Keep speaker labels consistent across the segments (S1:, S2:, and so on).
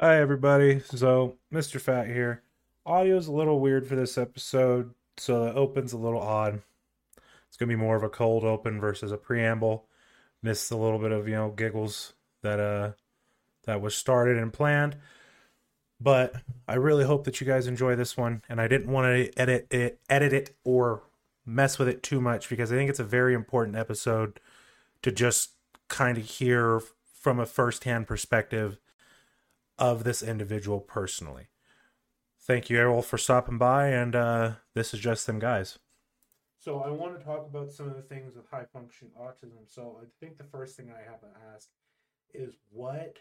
S1: Hi, everybody. So, Mr. Fat here. Audio's a little weird for this episode, so it opens a little odd. It's going to be more of a cold open versus a preamble. Missed a little bit of, you know, giggles that uh that was started and planned. But I really hope that you guys enjoy this one and I didn't want to edit it edit it or mess with it too much because I think it's a very important episode to just kind of hear from a first-hand perspective of this individual personally. Thank you, Errol, for stopping by, and uh, this is just them guys. So I want to talk about some of the things with high functioning autism. So I think the first thing I have to ask is what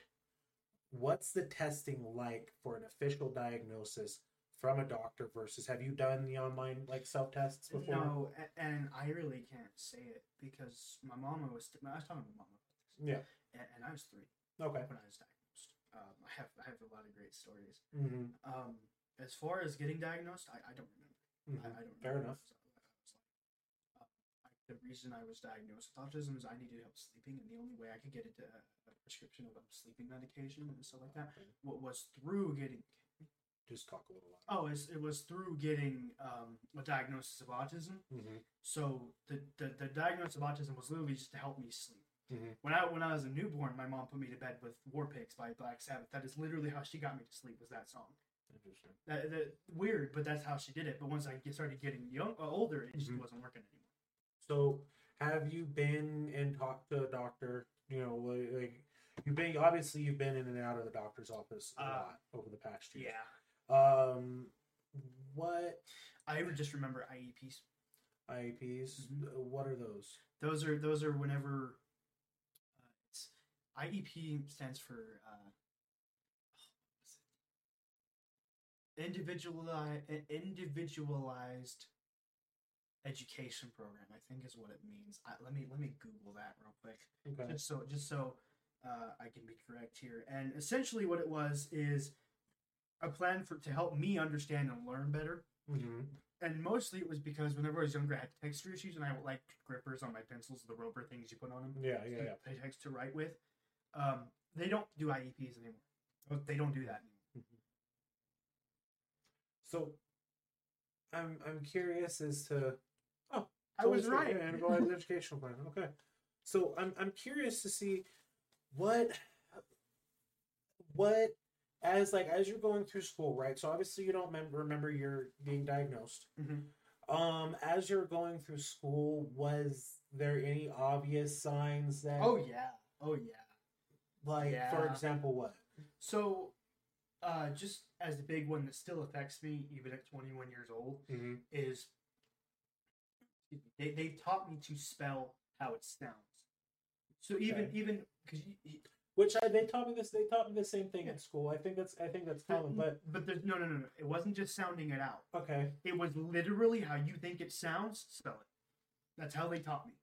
S1: what's the testing like for an official diagnosis from a doctor versus have you done the online like self tests before?
S2: No, a- and I really can't say it because my mama was. I was talking to my mama,
S1: Yeah.
S2: and, and I was three
S1: Okay.
S2: when I was diagnosed. Um, I have I have a lot of great stories.
S1: Mm-hmm.
S2: Um, as far as getting diagnosed, I, I don't remember.
S1: Mm-hmm.
S2: I, I don't.
S1: Fair
S2: remember.
S1: enough.
S2: So, uh, I- The reason I was diagnosed with autism is I needed help sleeping, and the only way I could get a, a prescription of um, sleeping medication and stuff like that wa- was through getting
S1: Just talk a little louder.
S2: oh, it's- it was through getting um, a diagnosis of autism.
S1: Mm-hmm.
S2: So the, the the diagnosis of autism was literally just to help me sleep.
S1: Mhm.
S2: When I when I was a newborn, my mom put me to bed with War Pigs by Black Sabbath. That is literally how she got me to sleep. Was that song?
S1: Interesting.
S2: That, that weird, but that's how she did it. But once I get started getting young, uh, older, it just
S1: Mhm.
S2: wasn't working anymore.
S1: So, have you been and talked to a doctor? You know, like, like you've been obviously you've been in and out of the doctor's office a
S2: Uh,
S1: lot over the past year.
S2: Yeah,
S1: Um, what
S2: I E would just remember IEPs.
S1: IEPs?
S2: Mhm.
S1: uh, What are those?
S2: Those are those are whenever uh, it's IEP stands for uh, individualized e-, individualized education program. I think is what it means. I, let me let me Google that real quick,
S1: Okay.
S2: just so just so uh, I can be correct here. And essentially, what it was is a plan for to help me understand and learn better
S1: Mm-hmm.
S2: and mostly it was because whenever I was younger, I had texture issues, and I would like grippers on my pencils, the rubber things you put on them.
S1: Yeah, yeah,
S2: to-
S1: yeah.
S2: to text to write with. Um, they don't do IEPs anymore. Oh, They don't do that.
S1: So, I'm I'm curious as to
S2: I was
S1: Holistic
S2: right.
S1: and Individualized educational plan. Okay. So I'm I'm curious to see what what as like as you're going through school, right? So obviously you don't mem- remember you're being diagnosed.
S2: Mhm.
S1: Um, as you're going through school, was there any obvious signs that?
S2: Oh yeah. Oh yeah.
S1: like for
S2: yeah.
S1: example, what?
S2: So, uh, just as a big one that still affects me, even at 21 years old,
S1: Mm-hmm.
S2: is they they taught me to spell how it sounds. So even
S1: Okay.
S2: even because you,
S1: Which I they taught me this. They taught me the same thing
S2: Yeah. Mm-hmm.
S1: in school. I think that's I think that's common. Oh, But
S2: but there's no no no no. It wasn't just sounding it out.
S1: okay.
S2: It was literally how you think it sounds, spell it. That's how they taught me.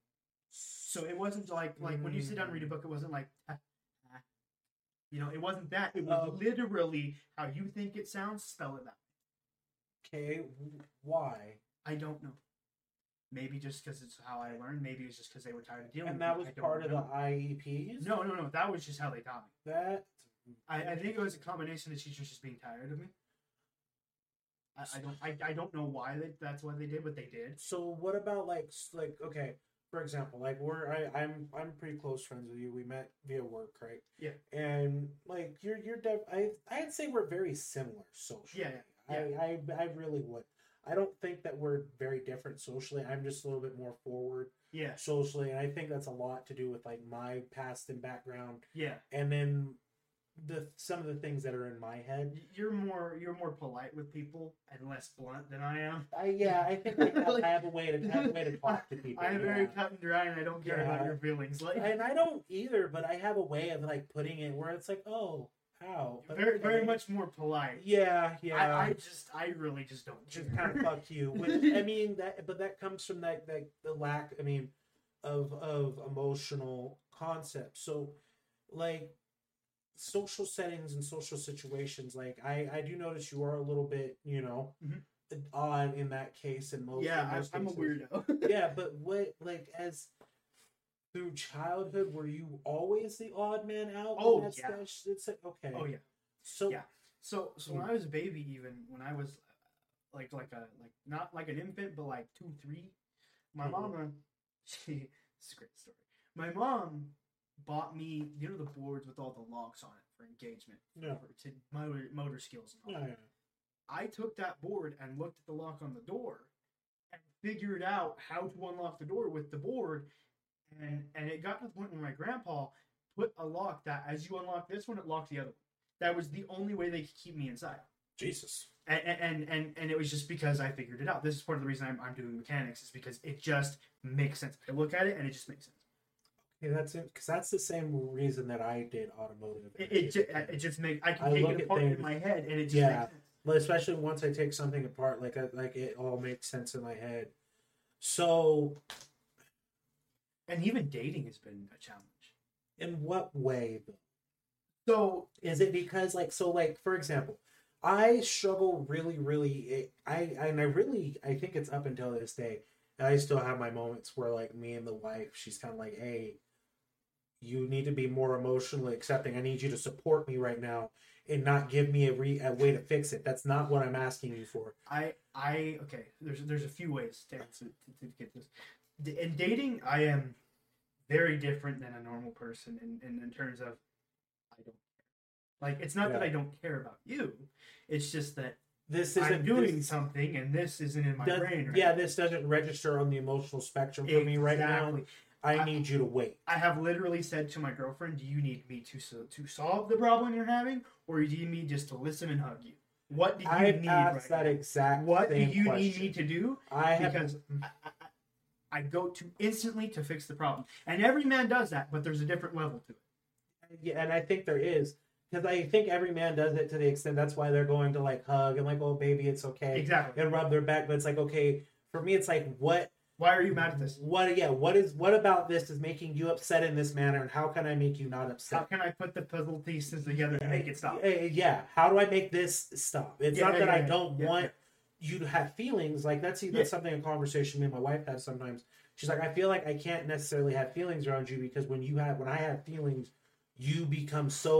S2: So it wasn't like like when you sit down and read a
S1: Mm.
S2: book, it wasn't like "Ah, ah." you know, it wasn't that. It was
S1: Oh.
S2: literally how you think it sounds, spell it out.
S1: Okay. Why?
S2: I don't know. Maybe just because it's how I learned. Maybe it's just because they were tired of dealing.
S1: And
S2: with
S1: that
S2: me.
S1: was
S2: I don't
S1: part of the E
S2: know.
S1: IEPs.
S2: No, no, no. That was just how they taught me.
S1: That
S2: I, I think it was a combination of teachers just being tired of me. I, I don't I, I don't know why they, that's what they did, but they did.
S1: So what about like s- like okay, for example, like we're I I'm I'm pretty close friends with you. We met via work, right?
S2: Yeah.
S1: And like you're you're def- I I'd say we're very similar socially.
S2: Yeah, yeah,
S1: I, I I really would. I don't think that we're very different socially. I'm just a little bit more forward
S2: Yeah,
S1: socially, and I think that's a lot to do with like my past and background,
S2: yeah.
S1: and then the some of the things that are in my head.
S2: Y- You're more you're more polite with people and less blunt than I am.
S1: I yeah, I think like, I
S2: Like-
S1: have a way to I have a way to talk to people.
S2: I am very
S1: yeah.
S2: cut and dry, and I don't care
S1: Yeah.
S2: about your feelings. Like
S1: and I don't either, but I have a way of like putting it where it's like, oh, how? But
S2: very very
S1: okay.
S2: much more polite.
S1: Yeah, yeah.
S2: I, I just I really just don't
S1: just
S2: care.
S1: kind of fuck you. Which, I mean that, but that comes from that that the lack. I mean, of of emotional concepts. So, like social settings and social situations. Like I I do notice you are a little bit, you know,
S2: Mhm.
S1: odd in that case. And most in
S2: yeah,
S1: most
S2: I, I'm a
S1: cases
S2: weirdo.
S1: yeah, but what like as through childhood were you always the odd man out?
S2: Oh,
S1: when that
S2: yeah.
S1: stuff- It's like okay.
S2: oh yeah,
S1: So
S2: Yeah. So so when I was a baby, even when I was uh, like like a like not like an infant, but like two three, my
S1: Mhm.
S2: mom she it's a great story. My mom bought me you know the boards with all the locks on it for engagement
S1: Yeah.
S2: for- to motor motor skills. And all
S1: yeah,
S2: that. I took that board and looked at the lock on the door and figured out how to unlock the door with the board. And and it got to the point where my grandpa put a lock that as you unlock this one, it locked the other one. That was the only way they could keep me inside.
S1: Jesus.
S2: And and and, and it was just because I figured it out. This is part of the reason I'm, I'm doing mechanics is because it just makes sense. I look at it and it just makes sense.
S1: Yeah, that's it. Because that's the same reason that I did automotive.
S2: It it, ju- uh, it just make I can
S1: I
S2: take
S1: look
S2: it
S1: at
S2: apart
S1: things-
S2: in my head and it just
S1: Yeah.
S2: makes sense.
S1: Well, especially once I take something apart, like I, like it all makes sense in my head. So,
S2: And even dating has been a challenge.
S1: in what way though?
S2: So
S1: is it because like so like for example i struggle really really eh, i I- and i really i think it's up until this day and i still have my moments where like me and the wife she's kind of like hey you need to be more emotionally accepting i need you to support me right now and not give me a, re- a way to fix it that's not what i'm asking you for
S2: I I okay. There's there's a few ways to to, to, to get this. D- In dating, I am very different than a normal person, in, in, in terms of I don't care. Like it's not that
S1: Yeah.
S2: I don't care about you. It's just that
S1: this isn't
S2: I'm doing
S1: this
S2: something, and this isn't in my
S1: does-
S2: brain. Right
S1: yeah this doesn't register on the emotional spectrum for
S2: now.
S1: me right now
S2: Exactly.
S1: i
S2: I-
S1: need you to wait
S2: I have literally said to my girlfriend, "Do you need me to so, to solve the problem you're having, or do you need me just to listen and hug you? What do you
S1: i've
S2: need
S1: asked
S2: right
S1: that
S2: now?
S1: exact
S2: What do
S1: same
S2: you
S1: question.
S2: need me to do?"
S1: i have
S2: because I, I, I go to instantly to fix the problem, and every man does that, but there's a different level to it.
S1: Yeah, and I think there is because I think every man does it to the extent that's why they're going to like hug and like, oh baby, it's okay,
S2: Exactly.
S1: and rub their back. But it's like, okay, for me, it's like, what
S2: Why are you mad at this?
S1: What? Yeah, what is what about this is making you upset in this manner, and how can I make you not
S2: How
S1: upset?
S2: can I put the puzzle pieces together to make it stop?
S1: Eh, Yeah, how do I make this stop? It's
S2: Yeah,
S1: not
S2: yeah,
S1: that
S2: yeah,
S1: I
S2: yeah,
S1: don't
S2: yeah,
S1: want you to have feelings. Like that's that's
S2: Yeah.
S1: something a conversation me and my wife have sometimes. She's like, I feel like I can't necessarily have feelings around you because when you have when I have feelings, you become so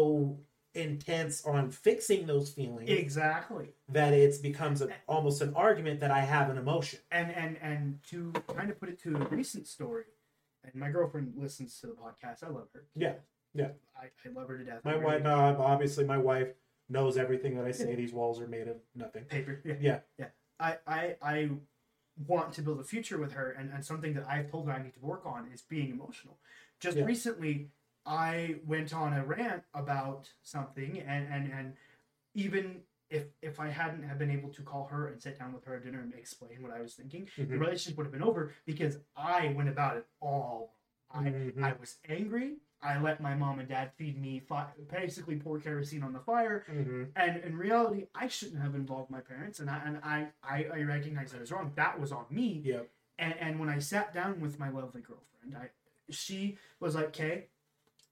S1: intense on fixing those feelings
S2: Exactly.
S1: that it becomes a, almost an argument that I have an emotion.
S2: And and and to kind of put it to a recent story, and my girlfriend listens to the podcast. I love her.
S1: Yeah, yeah.
S2: I, I love her to death.
S1: My
S2: I'm
S1: wife,
S2: really-
S1: no, obviously, my wife knows everything that I say. These walls are made of nothing.
S2: paper. Yeah.
S1: Yeah.
S2: I, I I want to build a future with her and, and something that I've told her I need to work on is being emotional. Just
S1: Yeah.
S2: recently I went on a rant about something and, and, and even if if I hadn't have been able to call her and sit down with her at dinner and explain what I was thinking, the
S1: Mhm.
S2: relationship would have been over because I went about it all I
S1: Mhm.
S2: I was angry. I let my mom and dad feed me fi- basically pour kerosene on the fire
S1: Mhm.
S2: and in reality, I shouldn't have involved my parents, and I and I I, I recognize that was wrong. That was on me.
S1: Yeah.
S2: And and when I sat down with my lovely girlfriend, I she was like, "Kay,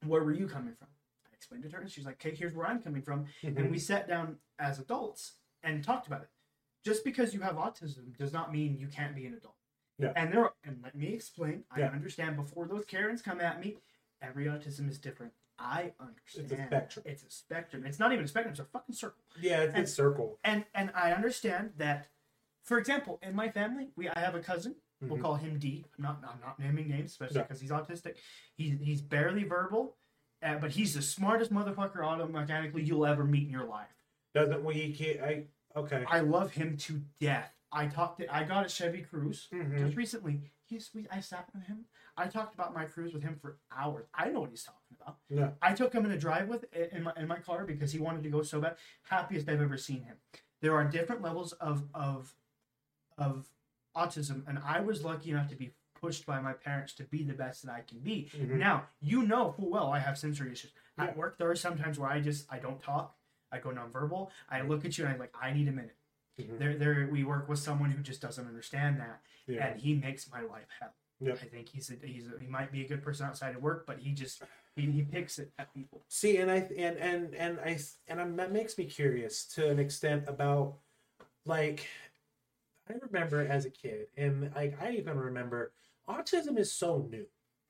S2: where were you coming from?" I explained it to her, and she's like, "Kay, here's where I'm coming from." And
S1: Mhm.
S2: we sat down as adults and talked about it. Just because you have autism does not mean you can't be an adult.
S1: Yeah.
S2: And there, are, and let me explain.
S1: Yeah.
S2: I understand. Before those Karens come at me, every autism is different. I understand.
S1: spectrum.
S2: It's a spectrum. It's not even a spectrum. It's a fucking circle
S1: Yeah, it's,
S2: and-
S1: it's circle.
S2: and and I understand that. For example, in my family, we I have a cousin. We'll
S1: Mhm.
S2: call him D. I'm not I'm not naming names, especially
S1: Yeah.
S2: because he's autistic. He's he's barely verbal, uh, but he's the smartest motherfucker auto mechanically you'll ever meet in your life.
S1: Doesn't we? you Can't, I okay.
S2: I love him to death. I talked. To, I got a Chevy Cruise
S1: Mhm.
S2: just recently. He's we. I sat with him. I talked about my cruise with him for hours. I know what he's talking about.
S1: Yeah.
S2: I took him in a drive with in my, in my car because he wanted to go so bad. Happiest I've ever seen him. There are different levels of of of autism, and I was lucky enough to be pushed by my parents to be the best that I can be.
S1: Mhm.
S2: Now you know full well I have sensory issues.
S1: Yeah.
S2: At work, there are sometimes where I just I don't talk. I go nonverbal. I look at you and I'm like, I need a minute.
S1: Mhm.
S2: There, there, we work with someone who just doesn't understand that,
S1: Yeah.
S2: and he makes my life hell.
S1: Yeah.
S2: I think he's a, he's a, he might be a good person outside of work, but he just he, he picks it at people.
S1: See, and I and and and I and I'm, that makes me curious to an extent about like I remember as a kid, and like I even remember autism is so new.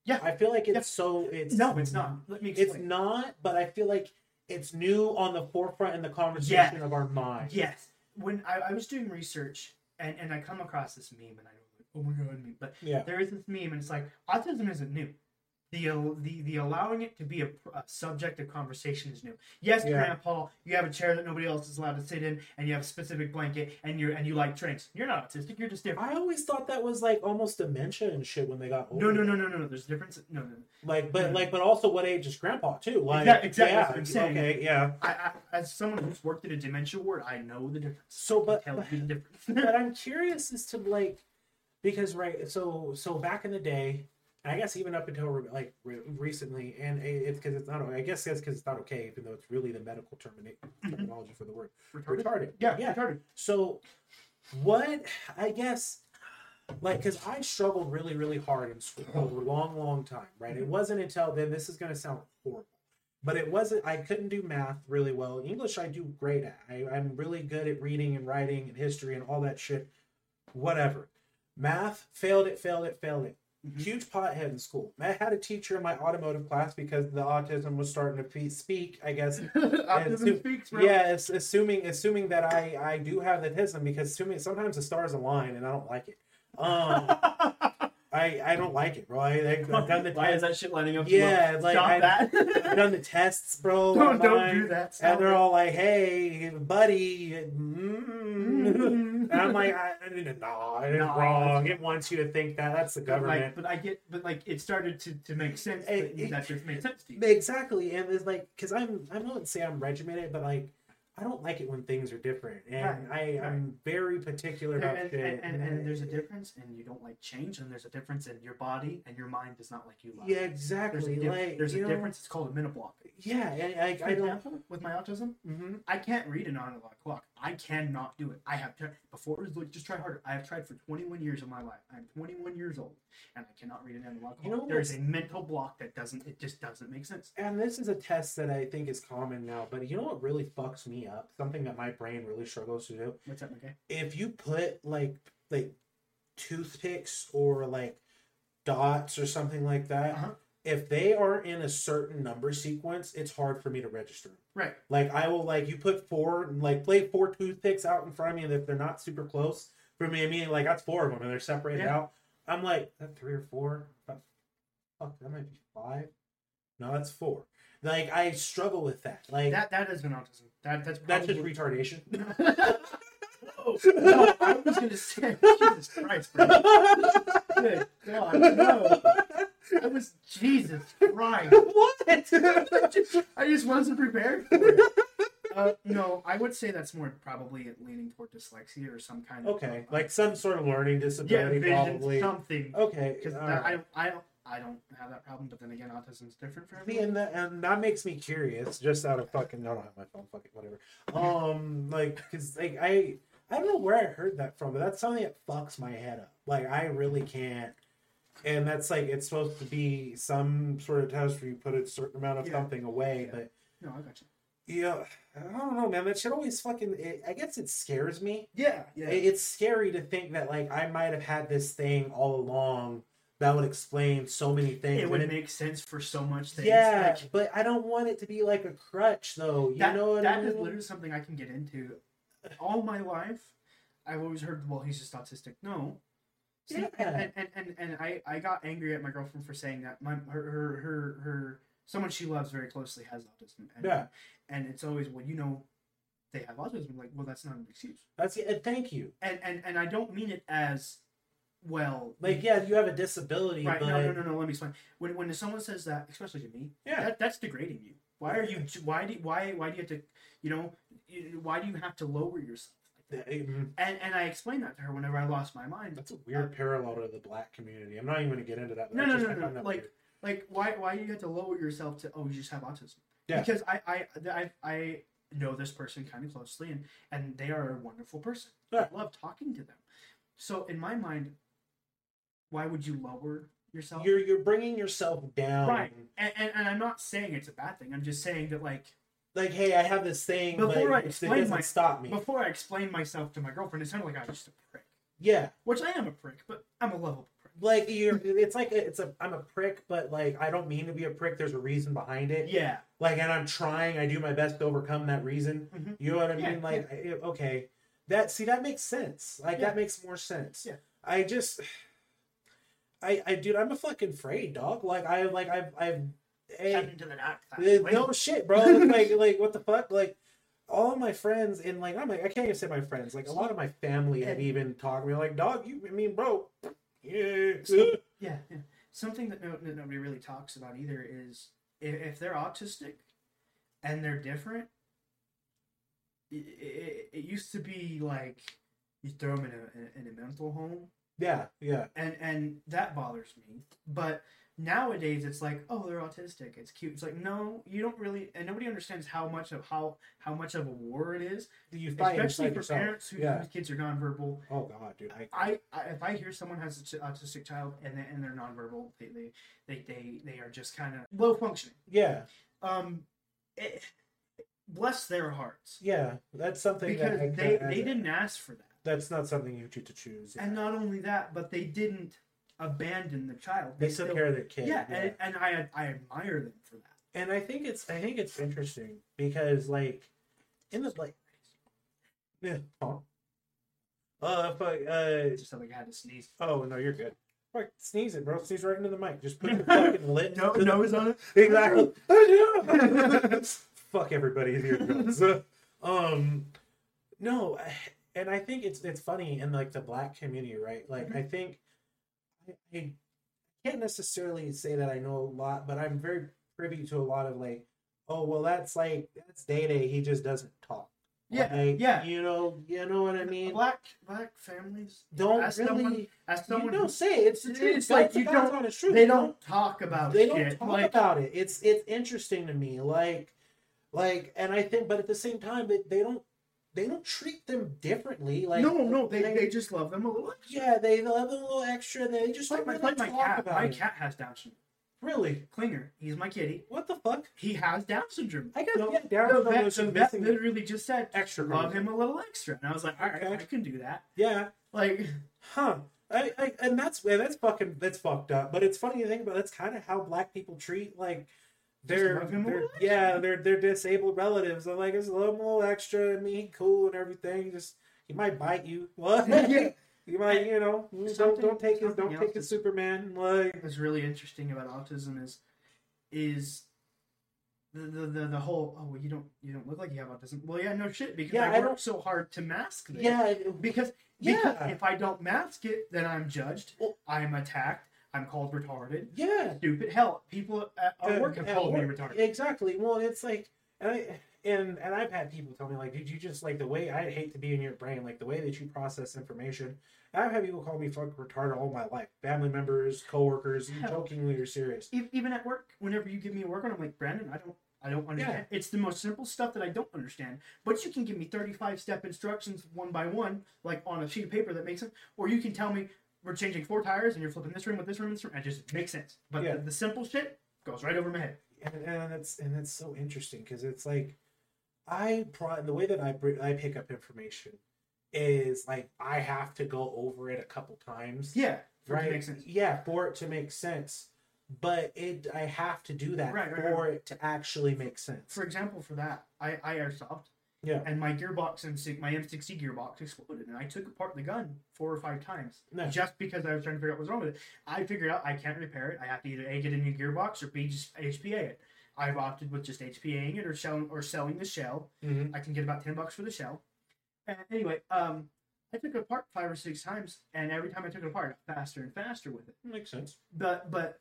S2: Yeah.
S1: I feel like it's
S2: Yeah.
S1: so it's
S2: No, it's not. Let me
S1: It's
S2: explain.
S1: not, but I feel like it's new on the forefront in the conversation
S2: Yeah.
S1: of our mind.
S2: Yes. When I, I was doing research and, and I come across this meme and I was like, oh my god, meme. But
S1: Yeah.
S2: there is this meme and it's like autism isn't new. The al- the the allowing it to be a, pr- a subject of conversation is new. Yes,
S1: Yeah.
S2: Grandpa, you have a chair that nobody else is allowed to sit in, and you have a specific blanket, and you're and you like drinks. You're not autistic. You're just different.
S1: I always thought that was like almost dementia and shit when they got older.
S2: No, no, no, no, no. There's difference. No, no. no.
S1: Like, but
S2: Yeah.
S1: like, but also what age is grandpa too? Like,
S2: Exact- exactly what I'm saying.
S1: Okay, yeah.
S2: I, I as someone who's worked at a dementia ward, I know the difference.
S1: So, but
S2: Tell you the difference.
S1: but I'm curious as to like because right so so back in the day and I guess even up until re- like re- recently and it- it's because it's not I guess that's because it's not okay even though it's really the medical termina- terminology for the word
S2: retarded.
S1: retarded
S2: Yeah,
S1: yeah
S2: retarded.
S1: so what I guess like because I struggled really really hard in school for a long long time right it wasn't until then this is gonna sound horrible but it wasn't I couldn't do math really well English I do great at I, I'm really good at reading and writing and history and all that shit whatever math failed it failed it failed it
S2: Mhm.
S1: huge pothead in school I had a teacher in my automotive class because the autism was starting to pe- speak I guess
S2: Autism
S1: so-
S2: speaks. bro.
S1: yeah, it's assuming assuming that I I do have that autism because assuming sometimes the stars align and I don't like it. Um, I I don't like it, bro. I, have done the
S2: Why is
S1: tests.
S2: that shit lining up?
S1: Yeah,
S2: well?
S1: like,
S2: stop
S1: I-
S2: that.
S1: I've done the tests, bro.
S2: don't don't
S1: online,
S2: do that.
S1: And
S2: Stop
S1: they're
S2: it.
S1: all like, "Hey, buddy," mm.
S2: Mm.
S1: and I'm like, I, "No, it's
S2: No,
S1: wrong. It wants you to think that. That's the
S2: But,
S1: government."
S2: like, but I get, but like, it started to, to make sense.
S1: It-
S2: that, that just made sense to you.
S1: Exactly, and it's like because I'm I won't say I'm regimented, but like I don't like it when things are different, and I I'm very particular
S2: And,
S1: about
S2: and,
S1: shit.
S2: and, and,
S1: and-
S2: there's a difference, and you don't like change, and there's a difference, and your body and your mind does not like you. lying.
S1: yeah,
S2: there's a,
S1: exactly.
S2: diff-
S1: like
S2: there's a
S1: you know,
S2: difference. It's called a minute block.
S1: Yeah, and I,
S2: For
S1: I don't.
S2: example, with my autism,
S1: hmm
S2: I can't read an analog clock. I cannot do it. I have tried before. It was like, just try harder. I have tried for 21 years of my life. I'm 21 years old, and I cannot read an analog clock.
S1: You know
S2: There's a
S1: what's-
S2: mental block that doesn't. It just doesn't make sense.
S1: And this is a test that I think is common now, but you know what really fucks me up? Something that my brain really struggles to do.
S2: What's that, okay?
S1: If you put like like toothpicks or like dots or something like that,
S2: Uh-huh.
S1: if they are in a certain number sequence, it's hard for me to register. 'em.
S2: Right.
S1: Like I will like you put four like play four toothpicks out in front of me, and if they're not super close for me, I mean like that's four of them, and they're separated
S2: Yeah.
S1: out. I'm like "Is that three or four. That- Fuck, that might be five. No, that's four. Like I struggle with that. Like
S2: That that is an autism. That that's
S1: that's
S2: probably...
S1: just retardation.
S2: no, no, I was gonna say Jesus Christ, bro. Good God, no. I was Jesus Christ.
S1: what?
S2: I just wasn't prepared. For it. Uh, no, I would say that's more probably leaning toward dyslexia or some kind of uh,
S1: okay, like some sort of learning
S2: yeah,
S1: disability,
S2: vision
S1: probably.
S2: something.
S1: Okay,
S2: Because
S1: alright.
S2: I I don't I don't have that problem, but then again, autism's different for
S1: See,
S2: everyone.
S1: and that and that makes me curious. Just out of fucking, no, I don't have my phone. Fuck it, whatever. Um, like, cause like I, I don't know where I heard that from, but that's something that fucks my head up. Like, I really can't. And that's like it's supposed to be some sort of test where you put a certain amount of
S2: Yeah.
S1: something away,
S2: Yeah.
S1: but
S2: No, I got you.
S1: yeah, I don't know, man. That shit always fucking. It, I guess it scares me.
S2: Yeah, yeah.
S1: It, it's scary to think that like I might have had this thing all along that would explain so many things.
S2: it
S1: and
S2: would make sense for so much things.
S1: yeah,
S2: like,
S1: but I don't want it to be like a crutch, though. You
S2: that,
S1: know what
S2: that
S1: I
S2: is
S1: mean?
S2: literally something I can get into. All my life, I've always heard, "Well, he's just autistic." No, See,
S1: Yeah.
S2: and, and, and, and I, I got angry at my girlfriend for saying that. My her her her, her someone she loves very closely has autism. And,
S1: Yeah.
S2: and it's always well, you know, they have autism. like, well, that's not an excuse.
S1: That's it. Thank you.
S2: And and and I don't mean it as well.
S1: Like, yeah, you have a disability,
S2: Mm. Right,
S1: but
S2: no, no, no, no. Let me explain. When when someone says that, especially to me,
S1: Yeah.
S2: that, that's degrading you. Why are you? Why do? Why why do you have to? You know, you- why do you have to lower yourself?
S1: That- mm,
S2: And and I explained that to her whenever I lost my mind.
S1: that's a weird parallel to the black community. I'm not even going to get into that. but
S2: No,
S1: I
S2: no,
S1: just-
S2: no,
S1: I found
S2: no.
S1: that
S2: Like
S1: weird.
S2: like why why do you have to lower yourself to? Oh, you just have autism.
S1: Yeah.
S2: Because I I I I know this person kind of closely, and and they are a wonderful person.
S1: Yeah.
S2: I love talking to them. So in my mind, why would you lower yourself?
S1: you're you're bringing yourself down.
S2: Right. and, and, and I'm not saying it's a bad thing. I'm just saying that like
S1: Like, hey, I have this thing,
S2: Before I
S1: but it
S2: explain
S1: doesn't
S2: my-
S1: stop me.
S2: before I explained myself to my girlfriend, it sounded like I was just a prick,
S1: Yeah,
S2: which I am a prick, but I'm a lovable prick.
S1: like you're it's like a, it's a i'm a prick but like i don't mean to be a prick there's a reason behind it
S2: Yeah.
S1: like and i'm trying i do my best to overcome that reason
S2: Mhm.
S1: you know what i
S2: Yeah,
S1: mean like I- okay that see that makes sense like
S2: Yeah.
S1: that makes more sense
S2: Yeah.
S1: i just i i dude i'm a fucking afraid dog like i like i've i've
S2: Tap
S1: hey,
S2: into the dark side.
S1: eh,
S2: Wait.
S1: no shit bro It's like like what the fuck like all my friends and like I'm like I can't even say my friends like a lot of my family have even talked to me like dog you I mean bro yeah
S2: Yeah, yeah. Something that, no, that nobody really talks about either is if, if they're autistic and they're different, it, it, it used to be like you throw them in a, in a mental home,
S1: yeah yeah
S2: and, and that bothers me. But nowadays it's like, oh, they're autistic. It's cute. It's like, no, you don't really, and nobody understands how much of how how much of a war it is,
S1: you fight
S2: especially
S1: inside
S2: for
S1: yourself.
S2: parents who,
S1: Yeah.
S2: whose kids are nonverbal.
S1: Oh god, dude, I,
S2: I, I if I hear someone has an autistic child and they, and they're nonverbal, they they they they, they are just kind of low functioning.
S1: yeah,
S2: Um, it, bless their hearts
S1: yeah, that's something
S2: because
S1: that I
S2: they
S1: can't-
S2: they didn't ask for that,
S1: That's not something you get to choose. yeah.
S2: and not only that, but they didn't abandon the child.
S1: they took care of their kid.
S2: Yeah, And, and I I admire them for that.
S1: and I think it's I think it's interesting because like in the like yeah. Oh. Uh, but uh,
S2: It's just something I had to sneeze.
S1: oh no, you're good. Fuck, sneeze it, bro. Sneeze right into the mic. Just put your fucking lip.
S2: No,
S1: to the-
S2: nose on it.
S1: Exactly. Fuck everybody in here. guys. um, no, I- and I think it's it's funny in like the black community, right? Like I think I, I can't necessarily say that I know a lot, but I'm very privy to a lot of like, oh well, that's like that's Day Day. He just doesn't talk.
S2: Yeah,
S1: Like,
S2: yeah.
S1: You know, you know what I mean.
S2: Black black families
S1: don't
S2: as
S1: really.
S2: someone- as someone
S1: you
S2: who-
S1: don't say it. it's the
S2: It's
S1: truth.
S2: like
S1: God's the
S2: you
S1: God's
S2: don't-
S1: honest truth,
S2: they
S1: you know?
S2: don't talk about
S1: Um, they
S2: shit.
S1: don't talk
S2: like,
S1: about it. It's it's interesting to me. Like like and I think but at the same time that they don't they don't treat them differently. Like
S2: no, no, they, they just love them a little.
S1: Yeah, they love them a little extra and they just
S2: It's like
S1: don't
S2: my,
S1: really
S2: like my
S1: talk
S2: cat.
S1: about
S2: My
S1: it.
S2: cat has Down syndrome.
S1: Really?
S2: Klinger, he's my kitty.
S1: What the fuck?
S2: He has Down syndrome.
S1: I
S2: So
S1: gotta get down
S2: the
S1: to
S2: vet,
S1: those
S2: the
S1: who
S2: vet
S1: missing
S2: literally just said,
S1: extra
S2: "Love
S1: chromosome.
S2: him a little extra," and I was like, "All right,
S1: Okay.
S2: I can do that."
S1: Yeah.
S2: Like,
S1: Huh. I, I, and that's and that's fucking that's fucked up. But it's funny to think about. That's kind of how black people treat like their,
S2: love him a
S1: their-
S2: little
S1: yeah
S2: extra.
S1: their their disabled relatives. They're like, just love him a little extra. I mean, he cool and everything. Just he might bite you. What?
S2: Yeah.
S1: You might you know don't
S2: Something-
S1: don't take his
S2: something
S1: don't take
S2: else
S1: his
S2: is-
S1: Superman. Like
S2: what's really interesting about autism is, is. The, the, the, the whole oh well, you don't you don't look like you have autism well yeah no shit because
S1: Yeah,
S2: I
S1: I
S2: work
S1: don't-
S2: so hard to mask this
S1: yeah
S2: because because
S1: Yeah.
S2: if I don't mask it then I'm judged
S1: Well-
S2: I'm attacked I'm called retarded
S1: yeah.
S2: stupid. Hell, people at our
S1: And-
S2: work have
S1: and
S2: called me
S1: work-
S2: retarded.
S1: Exactly. Well, it's like, and I, and and I've had people tell me like, "Did you just like the way I hate to be in your brain, like the way that you process information?" And I've had people call me fuck retarded all my life. Family members, coworkers,
S2: Yeah.
S1: jokingly or serious.
S2: E- Even at work, whenever you give me a work on, I'm like, Brandon, I don't, I don't understand. It's the most simple stuff that I don't understand. But you can give me 35 step instructions one by one, like on a sheet of paper that makes sense, or you can tell me we're changing four tires and you're flipping this room with this room and this room, and it just makes sense. But
S1: Yeah.
S2: the, the simple shit goes right over my head.
S1: And and it's and it's so interesting because it's like, I pro- the way that I br- I pick up information is like I have to go over it a couple times.
S2: Yeah, for it to
S1: right?
S2: make sense.
S1: Yeah, for it to make sense. But it, I have to do that
S2: Right, right,
S1: for it to actually make sense.
S2: For example, for that, I, I airsoft.
S1: Yeah.
S2: And my gearbox, M6, my M60 gearbox exploded, and I took apart the gun four or five times.
S1: No.
S2: just because I was trying to figure out what's wrong with it. I figured out I can't repair it. I have to either A get a new gearbox or B just HPA it. I've opted with just HPAing it or selling or selling the shell.
S1: Mhm.
S2: I can get about ten bucks for the shell. And anyway, um, I took it apart five or six times, and every time I took it apart, I got faster and faster with it.
S1: Makes sense.
S2: But but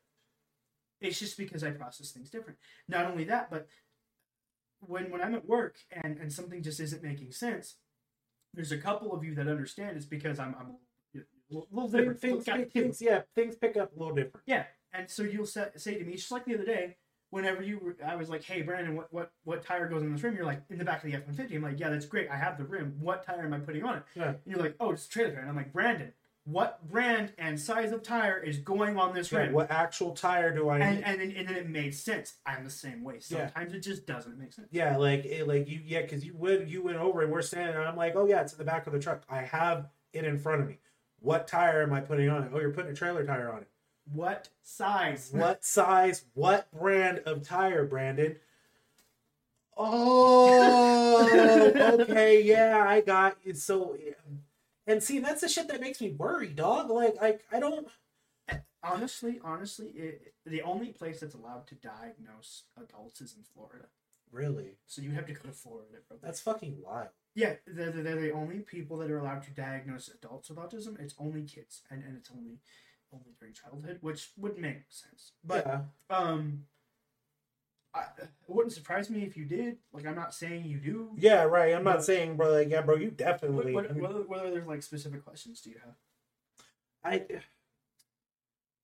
S2: it's just because I process things different. Not only that, but when when I'm at work and and something just isn't making sense, there's a couple of you that understand. It's because I'm I'm a little- little different.
S1: Things,
S2: Got
S1: things,
S2: two.
S1: things- yeah, things pick up a little different.
S2: And so you'll sa- say to me, just like the other day, whenever you were, I was like, hey, Brandon, what, what, what tire goes in this rim? You're like, in the back of the F 150. I'm like, yeah, that's great. I have the rim. What tire am I putting on it?
S1: Yeah.
S2: And you're like, oh, it's a trailer tire. And I'm like, Brandon, what brand and size of tire is going on this
S1: Right.
S2: rim?
S1: What actual tire do I
S2: And,
S1: need?
S2: and, then, and then it made sense. I'm the same way.
S1: Yeah.
S2: Sometimes it just doesn't make sense.
S1: Yeah, like it, like you yeah, because you went you went over and we're standing and I'm like, oh yeah, it's in the back of the truck. I have it in front of me. What tire am I putting on it? Oh, you're putting a trailer tire on it.
S2: What size?
S1: What size? What brand of tire, Brandon? Oh, okay, yeah, I got you. So, and see, that's the shit that makes me worry, dog. Like, I, I don't.
S2: Honestly, honestly, it, the only place that's allowed to diagnose adults is in Florida.
S1: Really,
S2: So you have to go to Florida. Bro.
S1: that's fucking wild.
S2: yeah. They're, they're, they're the only people that are allowed to diagnose adults with autism. It's only kids, and, and it's only only during childhood, which would make sense. But
S1: yeah.
S2: um, I, it wouldn't surprise me if you did. Like, I'm not saying you do.
S1: yeah, right. I'm not saying, bro. Like, yeah, bro, you definitely.
S2: What,
S1: I
S2: what,
S1: mean,
S2: what, other- what other like specific questions do you have?
S1: I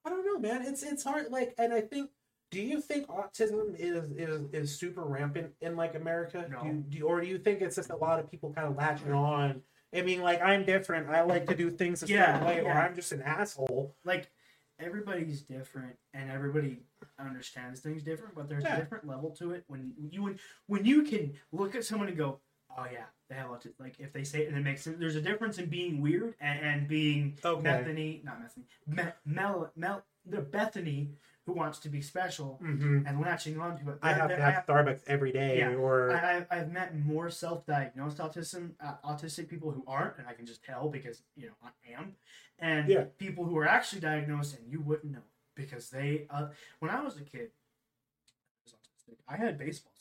S1: I don't know, man. It's it's hard. Like, and I think, do you think autism is is is super rampant in like America? Do you,
S2: No.
S1: do you- or do you think it's just a lot of people kind of latching on? I mean, like I'm different. I like to do things a certain
S2: Yeah,
S1: way, or
S2: yeah.
S1: I'm just an asshole.
S2: Like, everybody's different, and everybody understands things different. But there's
S1: Yeah.
S2: a different level to it when you when, when you can look at someone and go, "Oh yeah, they have autism." Like if they say it and it makes sense. There's a difference in being weird and, and being
S1: Okay.
S2: Bethany, not Bethany, Me- Mel Mel, the Bethany who wants to be special
S1: Mm-hmm.
S2: and latching onto it.
S1: I
S2: There-
S1: have
S2: there-
S1: to have Starbucks every day,
S2: Yeah,
S1: or
S2: I, I- I've met more self-diagnosed autism uh, autistic people who aren't, and I can just tell because you know I am, and
S1: Yeah.
S2: people who are actually diagnosed and you wouldn't know because they. Uh, when I was a kid, I was autistic. I had baseball,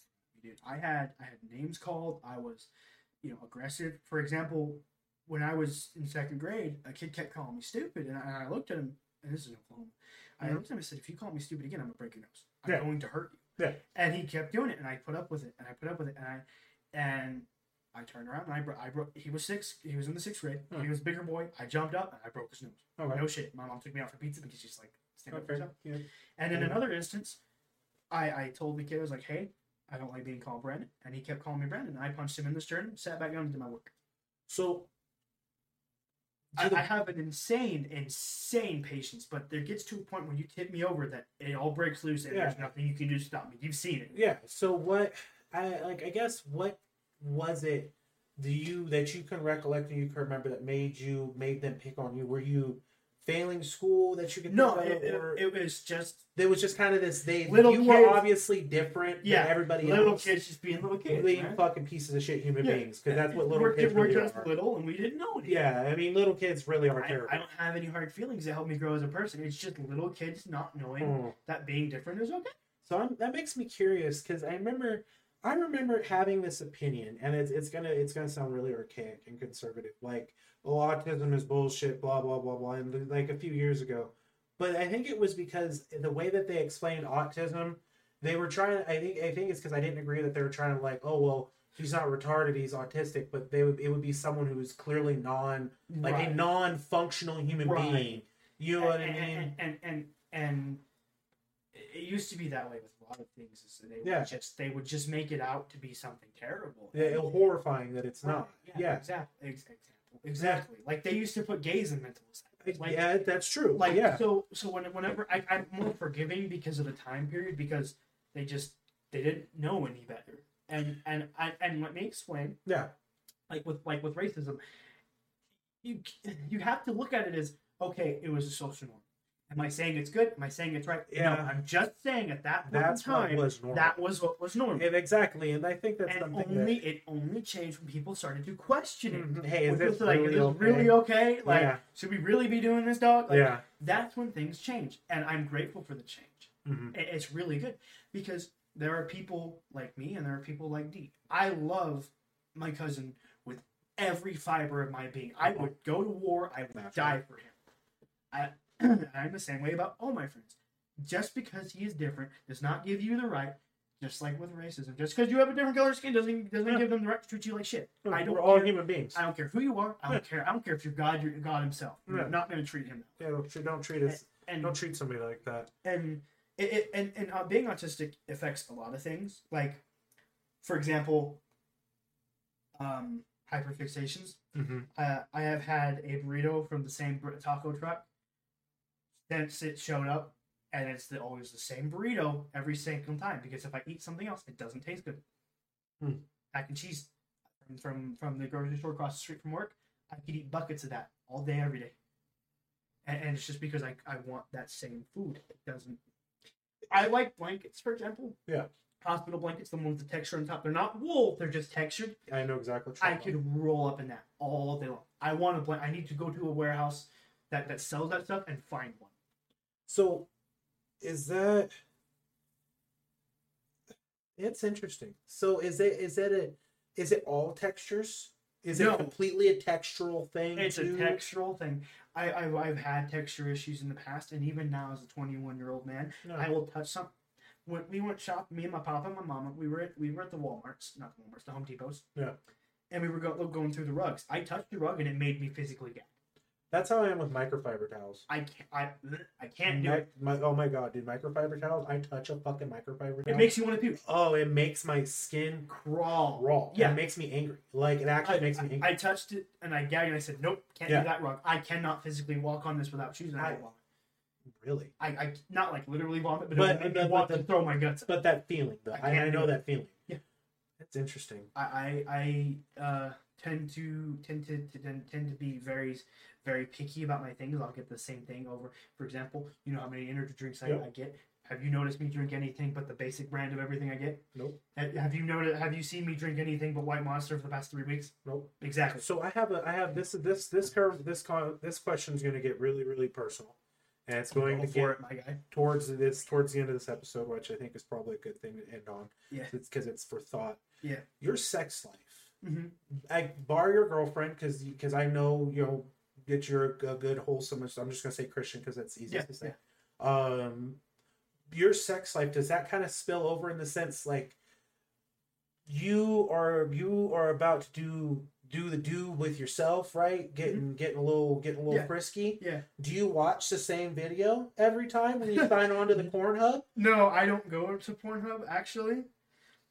S2: dude. I had I had names called. I was, you know, aggressive. For example, when I was in second grade, a kid kept calling me stupid, and I, and I looked at him, and this is in Oklahoma. I
S1: Mhm.
S2: looked at him and said, "If you call me stupid again, I'm gonna break your nose. I'm
S1: Yeah.
S2: going to hurt you."
S1: Yeah.
S2: And he kept doing it, and I put up with it, and I put up with it, and I, and I turned around, and I, bro- I broke. He was six. He was in the sixth grade.
S1: Huh.
S2: He was a bigger boy. I jumped up, and I broke his nose.
S1: okay.
S2: No shit. My mom took me out for pizza because she's like, stand up for
S1: Okay. Mm-hmm.
S2: yourself.
S1: Yeah.
S2: And in
S1: Yeah.
S2: another instance, I, I told the kid, I was like, hey, I don't like being called Brandon. And he kept calling me Brandon. I punched him in the sternum, sat back down, and did my work.
S1: So
S2: I,
S1: Do the-
S2: I have an insane, insane patience, but there gets to a point when you tip me over that it all breaks loose and there's
S1: Yeah.
S2: nothing you can do to stop me. You've seen it.
S1: yeah so what i like i guess what was it do you that you can recollect and you can remember that made you made them pick on you were you failing school that you could
S2: No,
S1: think
S2: it,
S1: of,
S2: it,
S1: or
S2: it was just
S1: there was just kind of this they
S2: Little
S1: you
S2: kids-
S1: were obviously different
S2: Yeah,
S1: than everybody
S2: little
S1: else
S2: kids just being little kids.
S1: being
S2: right?
S1: fucking pieces of shit human
S2: Yeah.
S1: beings because that's what little
S2: we're,
S1: kids
S2: we're
S1: really
S2: just
S1: are.
S2: little and we didn't know anything.
S1: yeah i mean little kids really are
S2: I,
S1: terrible
S2: I don't have any hard feelings that help me grow as a person. It's just little kids not knowing
S1: Mm.
S2: that being different is okay.
S1: So I'm, that makes me curious because I remember I remember having this opinion, and it's it's gonna it's gonna sound really archaic and conservative, like oh autism is bullshit, blah blah blah blah, and like a few years ago. But I think it was because the way that they explained autism, they were trying. I think I think it's because I didn't agree that they were trying to like oh well he's not retarded he's autistic, but they would it would be someone who is clearly non like a non functional human
S2: Right.
S1: being. You know what I
S2: and,
S1: mean?
S2: and, and, and, and it used to be that way with a lot of things. Is that they
S1: Yeah.
S2: would just they would just make it out to be something terrible.
S1: Yeah, it's horrifying that it's not. Yeah.
S2: Exactly. Exactly. Exactly. Like they used to put gays in mental asylums. Like,
S1: yeah, that's true.
S2: like
S1: yeah,
S2: so so when, whenever I, i'm more forgiving because of the time period because they just they didn't know any better and and I, and let me explain
S1: yeah,
S2: like with like with racism you you have to look at it as okay it was a social norm am i saying it's good am i saying it's right
S1: Yeah.
S2: no i'm just saying at that point
S1: that's
S2: in
S1: what
S2: time
S1: was normal.
S2: that was what was normal
S1: and exactly, and I think that's
S2: and
S1: something
S2: only it only changed when people started to question
S1: that. Mhm.
S2: it
S1: Hey, is
S2: When people
S1: this
S2: said, like,
S1: really
S2: is
S1: okay?
S2: this really okay? Like,
S1: Yeah.
S2: should we really be doing this, dog? Like,
S1: yeah.
S2: that's when things change and i'm grateful for the change
S1: Mhm.
S2: I- it's really good because there are people like me and there are people like d i love my cousin with every fiber of my being i would go to war i would
S1: Naturally.
S2: die for him I, i'm the same way about all my friends just because he is different does not give you the right just like with racism just because you have a different color skin doesn't doesn't
S1: Yeah.
S2: give them the right to treat you like shit i don't
S1: We're all
S2: care.
S1: human beings.
S2: I don't care who you are. I don't care. I don't care if you're God. You're God Himself.
S1: Yeah.
S2: You're not going to treat Him.
S1: yeah, don't, treat- don't treat us.
S2: that. And
S1: Don't treat somebody like that.
S2: and it, it and and uh, being autistic affects a lot of things. Like, for example, um, hyperfixations.
S1: Mhm.
S2: Uh, I have had a burrito from the same bur- taco truck since it showed up, and it's the, always the same burrito every single time. Because if I eat something else, it doesn't taste good.
S1: Hmm.
S2: Mac and cheese um, from, from from the grocery store across the street from work. I could eat buckets of that all day, every day. and, and it's just because I, I want that same food. It doesn't. I like blankets, for example.
S1: Yeah.
S2: Hospital blankets, the ones with the texture on top. They're not wool; they're just textured.
S1: I know exactly. What
S2: I
S1: you're talking
S2: could roll up in that all day long. I want a blanket. I need to go to a warehouse that that sells that stuff and find one.
S1: So, is that? It's interesting. So, is it is it a is it all textures? Is
S2: No.
S1: it completely a textural thing?
S2: It's a
S1: too?
S2: textural thing. I, I I've had texture issues in the past, and even now as a 21 year old man,
S1: No.
S2: I will touch some. When we went shop, me and my papa and my mama, we were at, we were at the WalMarts, not the WalMarts, the Home Depots.
S1: Yeah.
S2: And we were go, going through the rugs. I touched the rug and it made me physically gag.
S1: That's how I am with microfiber towels.
S2: I can't. I, I can't do
S1: Mi-
S2: it.
S1: my- oh my god, dude! Microfiber towels. I touch a fucking microfiber towel.
S2: It makes you want to puke.
S1: oh, it makes my skin
S2: Crawl.
S1: crawl.
S2: Yeah.
S1: it makes me angry. Like it actually
S2: I,
S1: makes me
S2: I-
S1: angry.
S2: I touched it and I gagged and I said, "Nope, can't
S1: Yeah.
S2: do that rug. I cannot physically walk on this without shoes." And I,
S1: I-
S2: walk.
S1: really.
S2: I, I not like literally vomit, but,
S1: But-
S2: it made me
S1: but-
S2: want
S1: but
S2: to
S1: the-
S2: throw my guts.
S1: But that feeling, though,
S2: I
S1: I, I,
S2: can't do
S1: know
S2: it.
S1: that feeling.
S2: Yeah.
S1: that's interesting.
S2: I I, I uh, tend to tend to, to tend, tend to be very very picky about my things. I'll get the same thing over. For example, you know how many energy drinks I,
S1: Yep.
S2: I get. Have you noticed me drink anything but the basic brand of everything I get?
S1: Nope.
S2: Have, have you noticed? Have you seen me drink anything but White Monster for the past three weeks?
S1: Nope.
S2: Exactly.
S1: So I have a I have this this this curve this con this question is going to get really really personal, and it's going
S2: Go
S1: to
S2: for
S1: get
S2: it, my guy.
S1: towards this towards the end of this episode, which I think is probably a good thing to end on.
S2: Yeah.
S1: it's because it's for thought.
S2: Yeah.
S1: your sex life.
S2: hmm
S1: I bar your girlfriend because because I know you know that you're a good wholesome. I'm just going to say Christian because that's easy
S2: Yeah,
S1: to say. Um, your sex life does that kind of spill over in the sense like you are you are about to do do the do with yourself right getting getting a little getting a little
S2: Mm-hmm. Yeah.
S1: frisky
S2: Yeah.
S1: do you watch the same video every time when you sign on to the corn hub
S2: No, I don't go to Pornhub actually,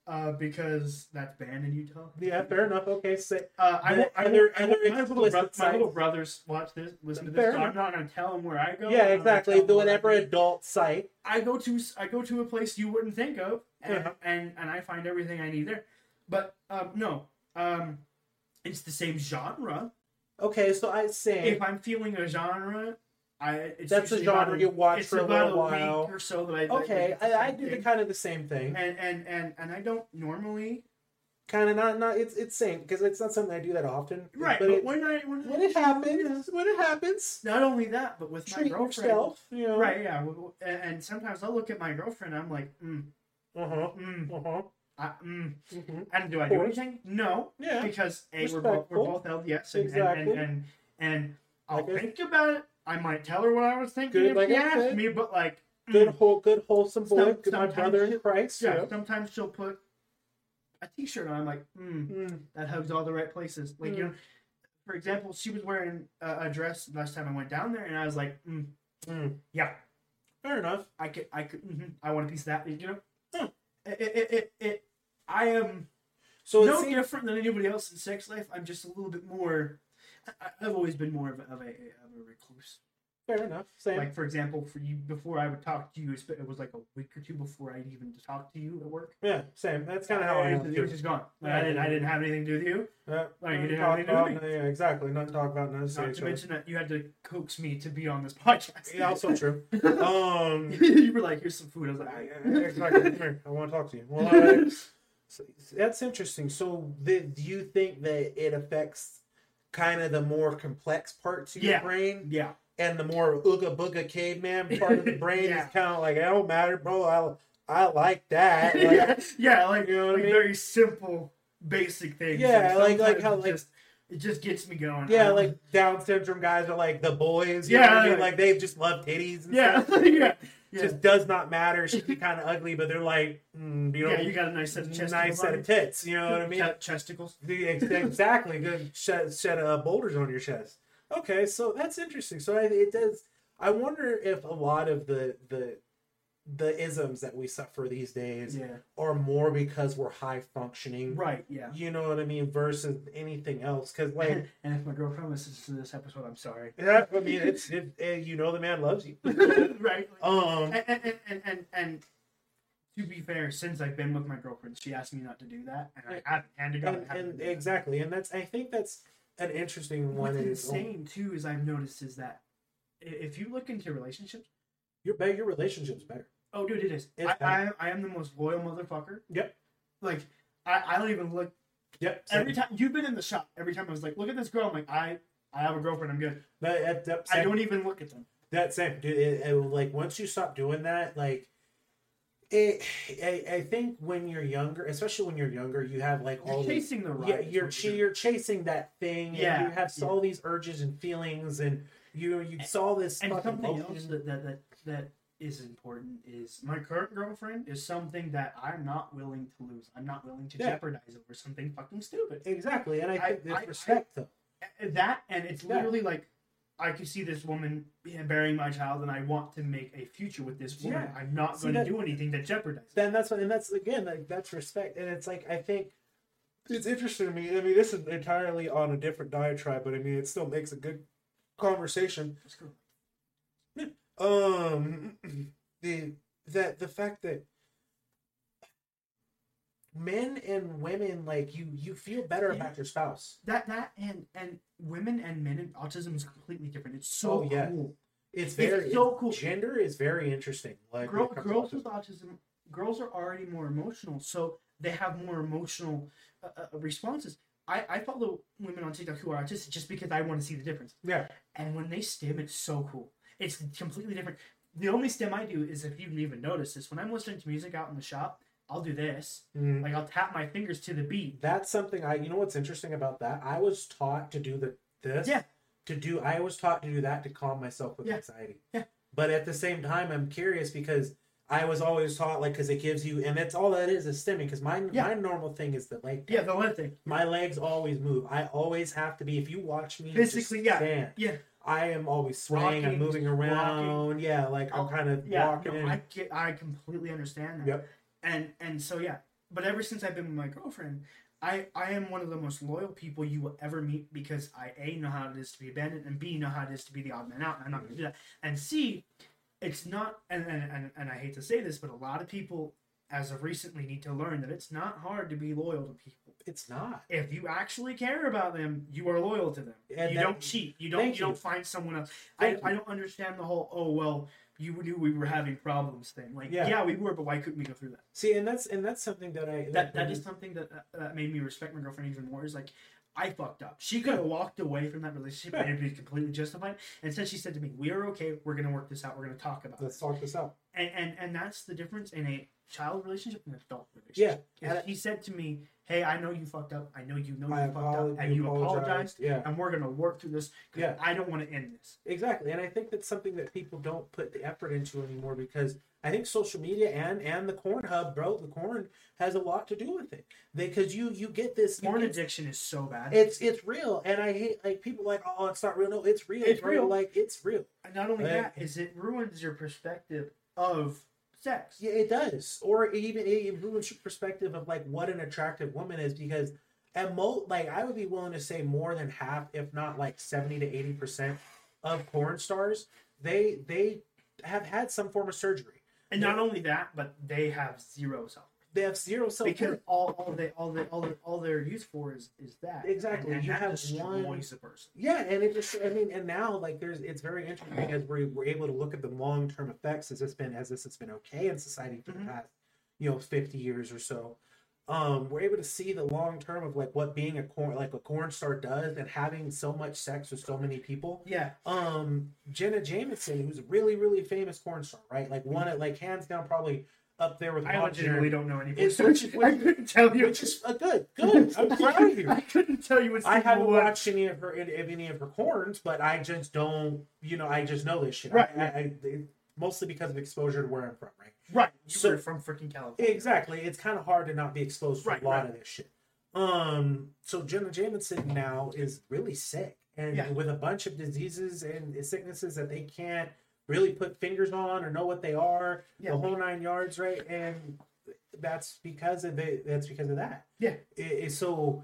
S2: uh, because that's banned in Utah.
S1: yeah fair enough okay say
S2: Uh, I,
S1: But
S2: won't- I,
S1: are there-
S2: won't- I,
S1: are
S2: won't-
S1: there
S2: my, little bro-
S1: explicit
S2: my little
S1: sites?
S2: brothers watch this, listen to
S1: Fair
S2: this. So I'm
S1: enough.
S2: not gonna tell them where I
S1: yeah
S2: go. I'm not gonna
S1: exactly
S2: tell 'em
S1: the
S2: what I
S1: whatever
S2: do.
S1: adult site
S2: I go to I go to a place you wouldn't think of, and
S1: Uh-huh.
S2: and, and I find everything I need there. But um, no, um, it's the same genre.
S1: okay so i say
S2: If I'm feeling a genre, I it's
S1: that's a
S2: usually about
S1: genre you watch
S2: it's
S1: for a
S2: about
S1: little while
S2: week or so that I that
S1: okay
S2: it's the
S1: i, I
S2: same
S1: do the
S2: thing.
S1: kind of the same thing
S2: and and and and I don't normally
S1: kind of not not it's it's same because it's not something i do that often
S2: right, but,
S1: but, it,
S2: when I when,
S1: when
S2: I,
S1: it happens when it happens
S2: not only that, but with my
S1: treat
S2: girlfriend,
S1: yourself, you know.
S2: Right, yeah. w- w- And, and sometimes I'll look at my girlfriend, I'm like, mm,
S1: Uh huh.
S2: mm,
S1: Uh huh.
S2: I, mm.
S1: hmm
S2: And do I
S1: Of
S2: do
S1: course.
S2: anything? No,
S1: Yeah.
S2: because A, we're both, we're
S1: Respectful.
S2: both LDS, and,
S1: Exactly.
S2: and, and, and, and I'll
S1: Like I-
S2: think about it. I might tell her what I was thinking
S1: Good,
S2: if
S1: like
S2: she
S1: I
S2: asked
S1: said.
S2: me, but like, mm,
S1: Good whole, good wholesome boy,
S2: Some-
S1: good my
S2: sometimes
S1: brother in
S2: it-
S1: Christ.
S2: yeah,
S1: Yeah.
S2: sometimes she'll put a t shirt on. I'm like, mm,
S1: Mm.
S2: that hugs all the right places. Like, you know, for example, she was wearing a, a dress last time I went down there, and I was like, mm,
S1: Mm.
S2: yeah,
S1: Fair enough.
S2: I could, I could, hmm I want a piece of that. You know,
S1: Hmm.
S2: it, it, it, it, it, I am
S1: So
S2: no
S1: it seems,
S2: different than anybody else in sex life. I'm just a little bit more. I, I- I've always been more of a, of a, of a recluse.
S1: fair enough. Same.
S2: Like for example, for you before I would talk to you, it's been- it was like a week or two before I'd even talk to you at work.
S1: yeah. Same. That's kind of how I
S2: And
S1: am.
S2: it was
S1: too.
S2: just gone. Like, I didn't, I didn't have anything to do with you.
S1: Yeah.
S2: like, you
S1: Nothing to
S2: didn't
S1: talk
S2: have anything to do
S1: about, Yeah. Exactly. Nothing to talk about. Nothing to say
S2: Not
S1: each
S2: to
S1: other.
S2: mention that you had to coax me to be on this podcast.
S1: Yeah. Also true. um.
S2: you were like, "Here's some food." I was like, "Ah,
S1: I- I-
S2: "All
S1: exactly. Come
S2: right."
S1: here. I want to talk to you. Well, I, So, that's interesting. So, the, do you think that it affects kind of the more complex parts of your
S2: Yeah.
S1: brain?
S2: yeah.
S1: and the more ooga booga caveman part of the brain
S2: Yeah.
S1: is kind of like, it don't matter, bro. I I like that. Like,
S2: yeah, yeah, like,
S1: You know what I
S2: like
S1: mean?
S2: very simple, basic things.
S1: Yeah, like- like how,
S2: sometimes
S1: like-
S2: it just, it just gets me going. I
S1: yeah,
S2: don't-
S1: like Down syndrome guys are like the boys. You yeah, know
S2: Yeah,
S1: what I mean?
S2: like-
S1: like they just love titties. And
S2: yeah,
S1: stuff.
S2: yeah,
S1: It
S2: yeah.
S1: just does not matter. She's kind of ugly, but they're like, mm, you know,
S2: yeah, you got a nice set of chesticles.
S1: nice set of
S2: on
S1: tits. You
S2: you.
S1: know what I mean?
S2: Ch- chesticles.
S1: The- ex- exactly. Good shed, shed uh, boulders on your chest. Okay, so that's interesting. So I, it does. I wonder if a lot of the the the isms that we suffer these days
S2: Yeah,
S1: are more because we're high functioning.
S2: right. Yeah.
S1: You know what I mean? Versus anything else, because like
S2: And, and if my girlfriend listens to this episode, I'm sorry.
S1: that, I mean, it's it, it, you know the man loves you.
S2: right.
S1: Um,
S2: And and, and and and to be fair, since I've been with my girlfriend, she asked me not to do that, and I haven't. And to God,
S1: and,
S2: I haven't
S1: and
S2: done that.
S1: exactly, and that's I think that's an interesting one. oh,
S2: What's
S1: in its own-
S2: insane too is I've noticed is that i- if you look into relationships,
S1: Your better your relationship's better.
S2: oh dude, it is.
S1: It's
S2: I, I, I am the most loyal motherfucker.
S1: Yep.
S2: Like I, I don't even look
S1: Yep. same.
S2: every time you've been in the shop. Every time I was like, look at this girl. I'm like, I I have a girlfriend. I'm good.
S1: That, that, that,
S2: I
S1: same.
S2: don't even look at them.
S1: that same dude. It, it, like once you stop doing that, like it. I, I think when you're younger, especially when you're younger, you have like all
S2: You're
S1: these
S2: chasing the ride.
S1: yeah,
S2: is what
S1: you're ch- you're chasing that thing. Yeah,
S2: Yeah,
S1: and you have
S2: yeah.
S1: all these urges and feelings, and you you saw this
S2: And
S1: fucking
S2: something
S1: motion.
S2: else that, that that that is important is my current girlfriend is something that I'm not willing to lose. I'm not willing to
S1: Yeah.
S2: jeopardize over something fucking stupid.
S1: exactly, and I
S2: I-
S1: think
S2: I-
S1: there's
S2: I-
S1: respect though.
S2: And That and it's
S1: Yeah.
S2: literally like I could see this woman bearing my child, and I want to make a future with this woman.
S1: Yeah.
S2: I'm not
S1: See,
S2: going to
S1: that-
S2: do anything that jeopardizes.
S1: Then that's what, and that's again like that's respect, and it's like I think it's interesting to me. I mean, this is entirely on a different diatribe, but I mean, it still makes a good conversation.
S2: Let's go.
S1: um the that the fact that men and women like you you feel better
S2: Yeah.
S1: about your spouse
S2: That that and and women and men and autism is completely different. It's so
S1: Oh, yeah.
S2: cool.
S1: it's
S2: It's
S1: very
S2: so cool.
S1: gender is very interesting like when
S2: Girl,
S1: it comes to
S2: girls
S1: autism.
S2: with autism, girls are already more emotional, so they have more emotional uh, uh, responses. I, I follow women on TikTok who are autistic just because I want to see the difference.
S1: yeah
S2: And when they stim, it's so cool. It's completely different. The only stim I do is if you didn't even notice this. When I'm listening to music out in the shop, I'll do this.
S1: Mhm.
S2: Like I'll tap my fingers to the beat.
S1: that's something i you know what's interesting about that i was taught to do the this
S2: Yeah.
S1: to do i was taught to do that to calm myself with
S2: Yeah.
S1: anxiety
S2: Yeah.
S1: but at the same time i'm curious because i was always taught like because it gives you and that's all that is is stimming because my
S2: Yeah.
S1: my normal thing is that like
S2: Yeah, the other thing.
S1: My legs always move. I always have to be. If you watch me,
S2: Physically,
S1: just
S2: yeah,
S1: stand,
S2: yeah.
S1: I am always swaying. I'm
S2: Rocking,
S1: moving around. Yeah, like I'm
S2: Oh,
S1: kind of
S2: Yeah,
S1: walking.
S2: no,
S1: in.
S2: I get, I completely understand that.
S1: Yep.
S2: And and so yeah, but ever since I've been with my girlfriend, I I am one of the most loyal people you will ever meet because I a know how it is to be abandoned and b know how it is to be the odd man out, and I'm not going to do that. And c, it's not, and and, and and I hate to say this, but a lot of people as of recently need to learn that it's not hard to be loyal to people.
S1: It's not.
S2: If you actually care about them, you are loyal to them.
S1: And
S2: you
S1: that-
S2: don't cheat. You don't. You,
S1: Thank you.
S2: don't find someone else. I,
S1: Thank
S2: I don't understand the whole oh well you knew we were having problems thing. Like
S1: Yeah.
S2: yeah, we were, but why couldn't we go through that?
S1: See, and that's and that's something that I
S2: That that is something that uh, that made me respect my girlfriend even more. Is like I fucked up. She could have walked away from that relationship and it'd be completely justified. And since she said to me, "We are okay. We're gonna work this out. We're gonna talk about
S1: Let's
S2: this,"
S1: talk this out.
S2: and and and that's the difference in a child relationship and an adult
S1: Yeah,
S2: relationship. If he said to me, "Hey, I know you fucked up. I know you know you
S1: I
S2: fucked
S1: apologize.
S2: up, and you apologized,
S1: Yeah,
S2: and we're gonna work through this because
S1: Yeah.
S2: I don't want to end this."
S1: exactly. And I think that's something that people don't put the effort into anymore because I think social media and and the corn hub, bro, the corn has a lot to do with it. Because you you get this you
S2: Porn
S1: get-
S2: addiction is so bad.
S1: It's it's real, and I hate like people like oh it's not real. No, it's real.
S2: It's
S1: bro.
S2: real.
S1: Like it's real.
S2: And not only
S1: Like-
S2: that, is it ruins your perspective of sex.
S1: Yeah, it does. Or even it ruins your perspective of like what an attractive woman is because at most, like I would be willing to say more than half, if not like seventy to eighty percent of porn stars, they they have had some form of surgery.
S2: And not only that, but they have zero self
S1: They have zero self
S2: because all, all they all they all they, all they're used for is is that
S1: Exactly.
S2: And, and
S1: You
S2: that
S1: have
S2: destroys
S1: one-
S2: the person.
S1: Yeah, and it just I mean, and now like there's it's very interesting because we're we're able to look at the long term effects. Has this been has this has been okay in society for
S2: Mhm.
S1: the past, you know, fifty years or so? Um, we're able to see the long term of like what being a corn like a corn star does and having so much sex with so many people.
S2: Yeah,
S1: Um, Jenna Jameson, who's a really, really famous corn star, right? Like one like hands down probably up there with
S2: I
S1: Bob Dylan,
S2: legitimately don't know any.
S1: It's-
S2: porn.
S1: which-
S2: I couldn't tell you.
S1: Which is uh, good, good. I'm proud of you.
S2: I couldn't tell you. What
S1: I haven't
S2: what-
S1: watched any of her any, of any of her corns, but I just don't. You know, I just know this shit.
S2: Right,
S1: I, I, I, it- mostly because of exposure to where I'm from. Right.
S2: Right, you
S1: So-
S2: were from freaking California.
S1: Exactly. It's kind of hard to not be exposed to
S2: Right,
S1: a lot
S2: right.
S1: of this shit. Um. So Jenna Jameson now is really sick, and
S2: Yeah.
S1: with a bunch of diseases and sicknesses that they can't really put fingers on or know what they are.
S2: Yeah.
S1: The whole nine yards, right? And that's because of the, That's because of that
S2: Yeah,
S1: it, it's so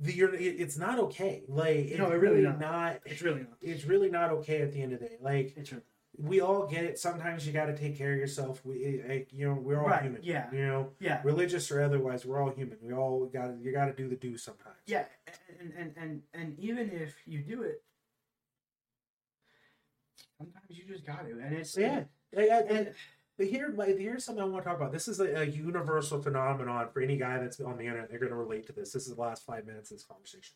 S1: the you're it, it's not okay like it's
S2: No, it really
S1: really
S2: not.
S1: not.
S2: it's really not.
S1: it's really not okay at the end of the day like
S2: It's really
S1: we all get it sometimes you got to take care of yourself we like you know we're all
S2: Right,
S1: human
S2: yeah.
S1: you know
S2: yeah.
S1: religious or otherwise we're all human we all got to you got to do the do sometimes
S2: Yeah, and and and and even if you do it, Sometimes you just got to, and it's
S1: Yeah. Like, I-
S2: And
S1: But here, like, here's something I want to talk about. This is a, a universal phenomenon for any guy that's on the internet. They're going to relate to this. This is the last five minutes of this conversation.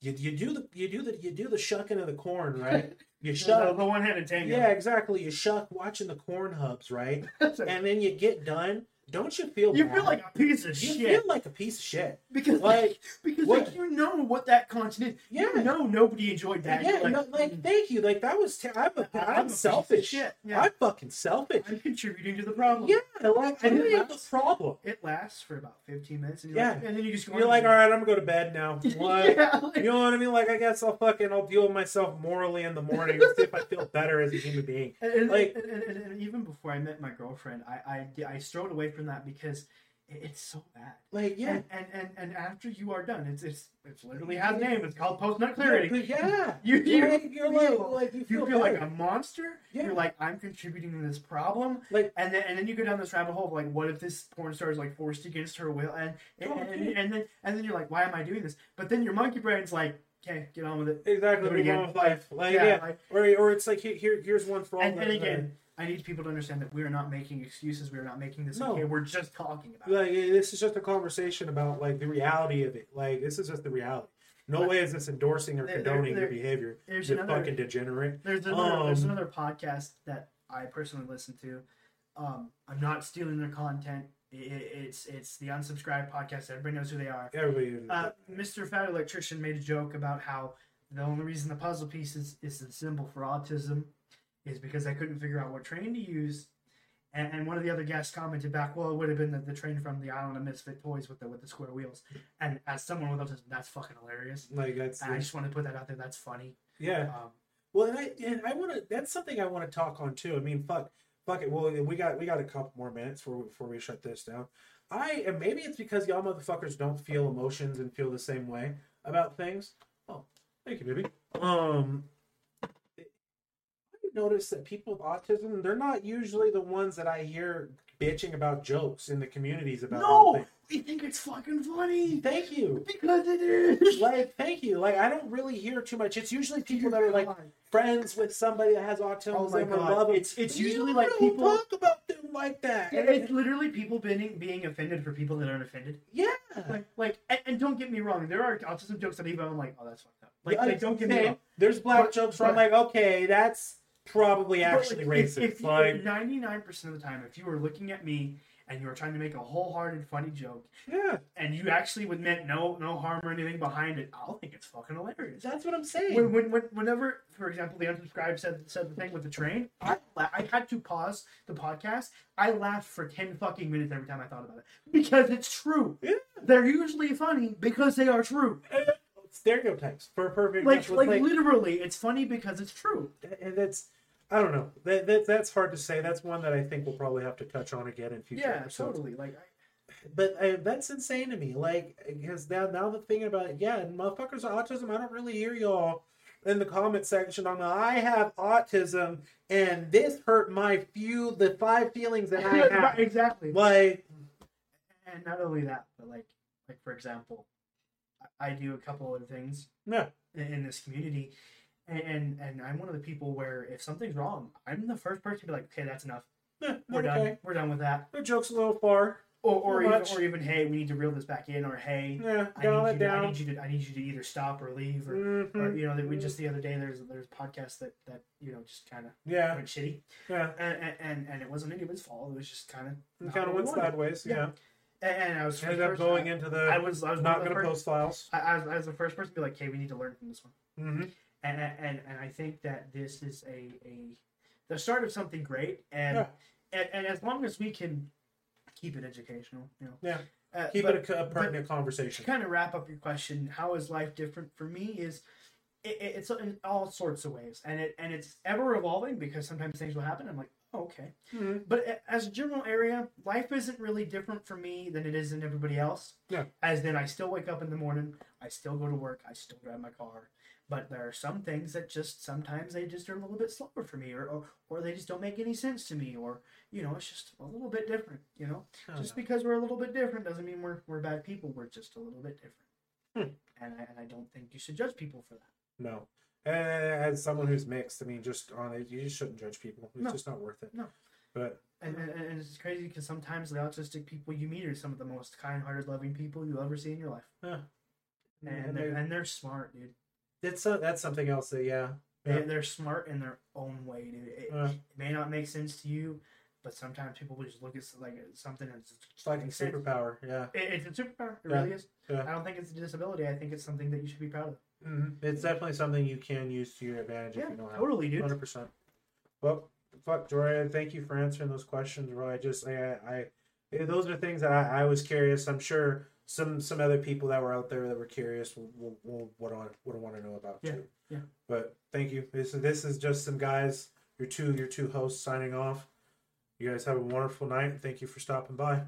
S1: You, you do the you do the you do the shucking of the corn, right? You
S2: the,
S1: shuck.
S2: the one-handed tango.
S1: Yeah, exactly. You shuck watching the corn hubs, right? And then you get done. Don't you feel?
S2: you
S1: bad?
S2: feel like a piece of
S1: you
S2: shit
S1: feel like a piece of shit.
S2: because
S1: Like
S2: because
S1: what-
S2: like you know what that content is.
S1: Yeah.
S2: You know nobody enjoyed that.
S1: yeah,
S2: You're like,
S1: no, like
S2: mm,
S1: thank you. Like that was. Te- I'm a,
S2: I-
S1: I'm,
S2: a piece of
S1: selfish.
S2: Shit. Yeah.
S1: I'm fucking selfish.
S2: I'm contributing to the problem.
S1: yeah, like I
S2: And it
S1: have the
S2: lasts-
S1: problem.
S2: It lasts for about 15 minutes, and you're
S1: Yeah.
S2: like, and then you just go
S1: You're
S2: on
S1: like, all
S2: and-
S1: right, I'm gonna go to bed now. What?
S2: yeah, like,
S1: You know what I mean? Like, I guess I'll fucking I'll deal with myself morally in the morning and see if I feel better as a human being.
S2: and, and,
S1: Like-
S2: and, and, and, and even before I met my girlfriend, I I, I strode away from that because it, it's so bad.
S1: Like, yeah,
S2: And, and and and after you are done, it's it's it's literally has a name. It's called post nut clarity.
S1: But yeah,
S2: You you
S1: like, you're like, like you feel,
S2: you feel like
S1: better.
S2: a monster.
S1: Yeah.
S2: You're like I'm contributing to this problem.
S1: Like-
S2: and then and then you go down this rabbit hole of like, what if this porn star is like forced against her will? And and,
S1: Oh,
S2: and,
S1: dude.
S2: and then and then you're like, why am I doing this? But then your monkey brain's like, okay, get on with it.
S1: exactly
S2: Do it
S1: the
S2: again.
S1: wrong with life. Like, Oh, yeah,
S2: like-
S1: or or it's like here, here here's one for all.
S2: and, and
S1: that-
S2: again, I need people to understand that we are not making excuses. We are not making this
S1: No.
S2: okay. We're just talking about. it.
S1: like eh, this is just a conversation about like the reality of it. Like, this is just the reality. No
S2: Like-
S1: way is this endorsing or
S2: There- there-
S1: condoning your
S2: there-
S1: behavior.
S2: There's
S1: you
S2: another.
S1: fucking degenerate.
S2: There's another, there's
S1: Um,
S2: another podcast that I personally listen to. Um, I'm not stealing their content. I- I- it's it's the unsubscribed podcast. Everybody knows who they are.
S1: Everybody.
S2: Uh, Mr. Fat Electrician made a joke about how the only reason the puzzle piece is, is the symbol for autism is because I couldn't figure out what train to use. And, and one of the other guests commented back, well, it would have been the, the train from the Island of Misfit Toys with the, with the square wheels. And as someone with autism, that's fucking hilarious.
S1: like that's
S2: And I just want to put that out there. That's funny.
S1: yeah.
S2: Um,
S1: Well, and I and I want to. That's something I want to talk on too. I mean, fuck, fuck it. Well, we got we got a couple more minutes before we, before we shut this down. I and maybe it's because y'all motherfuckers don't feel emotions and feel the same way about things. Oh, thank you, baby. Um, I noticed that people with autism they're not usually the ones that I hear bitching about jokes in the communities about.
S2: no! We think it's fucking funny!
S1: things. thank you.
S2: Because it is!
S1: Like, thank you. Like, I don't really hear too much. It's usually people that are like friends with somebody that has autism
S2: Oh my
S1: and would
S2: God.
S1: love 'em.
S2: It's- it's
S1: But you
S2: usually
S1: don't
S2: like
S1: really
S2: people-
S1: talk about them like that.
S2: Yeah, It's literally people being being offended for people that aren't offended.
S1: yeah,
S2: Like, like, and, and don't get me wrong, there are autism jokes that even I'm like, oh, that's fucked up. Like, like, don't get me
S1: Hey,
S2: wrong.
S1: There's black
S2: But-
S1: jokes where I'm
S2: but-
S1: like, okay, that's probably actually
S2: But, like,
S1: racist.
S2: If, if,
S1: like,
S2: ninety nine percent of the time, if you were looking at me and you were trying to make a wholehearted funny joke,
S1: yeah,
S2: and you actually would meant no no harm or anything behind it, I'll think it's fucking hilarious.
S1: that's what I'm saying.
S2: When, when, when, whenever, for example, the unsubscribe said said the thing with the train, I la- I had to pause the podcast. I laughed for ten fucking minutes every time I thought about it because it's true.
S1: Yeah.
S2: They're usually funny because they are true.
S1: Stereotypes for a perfect
S2: like
S1: that's
S2: like
S1: what's
S2: literally it's funny because it's true
S1: and that's I don't know. That, that that's hard to say. That's one that I think we'll probably have to touch on again in future episodes.
S2: like
S1: But uh, that's insane to me. Like, because now, now the thing about it, yeah, and motherfuckers with autism, I don't really hear y'all in the comment section on the I have autism and this hurt my few, the five feelings that I have.
S2: exactly
S1: like,
S2: and not only that but like like for example I- i do a couple other things
S1: no,
S2: i- in this community and, and and i'm one of the people where if something's wrong i'm the first person to be like okay that's enough
S1: no,
S2: we're
S1: okay.
S2: done we're done with that
S1: The joke's a little far.
S2: or or
S1: Too
S2: even,
S1: much.
S2: or even hey we need to reel this back in or hey
S1: Yeah,
S2: I
S1: dial it
S2: need, you to, I
S1: down.
S2: need you to i need you to either stop or leave or, or
S1: Mhm.
S2: you know that we just the other day there's there's podcasts that that you know just kind of
S1: Yeah,
S2: went shitty
S1: yeah.
S2: and, and- and and it wasn't anybody's fault. It was just kind of
S1: Kind of went sideways. Yeah.
S2: Yeah. And, and I was
S1: Ended up going into the
S2: I was I was
S1: not
S2: going
S1: going to post files.
S2: I, I, was, I was the first person to be like, "Hey, we need to learn from this one."
S1: hmm
S2: And and and, and I think that this is a a the start of something great. And
S1: Yeah.
S2: and, and as long as we can keep it educational, you know.
S1: Yeah.
S2: Uh,
S1: Keep
S2: but
S1: it a, co- a pertinent
S2: to
S1: conversation.
S2: kind of wrap up your question, how is life different for me? Is it, it- it's in all sorts of ways, and it and it's ever evolving because sometimes things will happen. I'm like, oh, okay.
S1: Mhm.
S2: But a- as a general area, life isn't really different for me than it is in everybody else.
S1: Yeah.
S2: As then I still wake up in the morning, I still go to work, I still drive my car. But there are some things that just sometimes they just are a little bit slower for me, or or, or they just don't make any sense to me, or you know, it's just a little bit different. You know,
S1: Oh,
S2: just because we're a little bit different doesn't mean we're we're bad people. We're just a little bit different. And I, and I don't think you should judge people for that.
S1: No. And as someone who's mixed, I mean, just on it, you just shouldn't judge people. It's
S2: No.
S1: just not worth it.
S2: No.
S1: But
S2: And, and, and it's crazy because sometimes the autistic people you meet are some of the most kind-hearted, loving people you'll ever see in your life,
S1: yeah,
S2: and
S1: And
S2: they're,
S1: they-
S2: and they're smart, dude.
S1: that's uh that's something else that yeah.
S2: They,
S1: Yeah.
S2: They're smart in their own way, dude. It,
S1: Yeah.
S2: it may not make sense to you, but sometimes people will just look at s- like at something and it's
S1: It's like a
S2: super.
S1: superpower. Yeah.
S2: It, it's a superpower. It
S1: Yeah.
S2: really is.
S1: Yeah.
S2: I don't think it's a disability. I think it's something that you should be proud of.
S1: It's definitely something you can use to your advantage
S2: Mm-hmm. Yeah,
S1: if you know how.
S2: totally, dude.
S1: Hundred percent. Well, fuck, Joria. Thank you for answering those questions, bro. I just, I, I, I those are things that I, I was curious. I'm sure some some other people that were out there that were curious will will, will would want would want to know about
S2: Yeah,
S1: too.
S2: yeah.
S1: But thank you. This is this is just some guys. Your two your two hosts signing off. You guys have a wonderful night. Thank you for stopping by.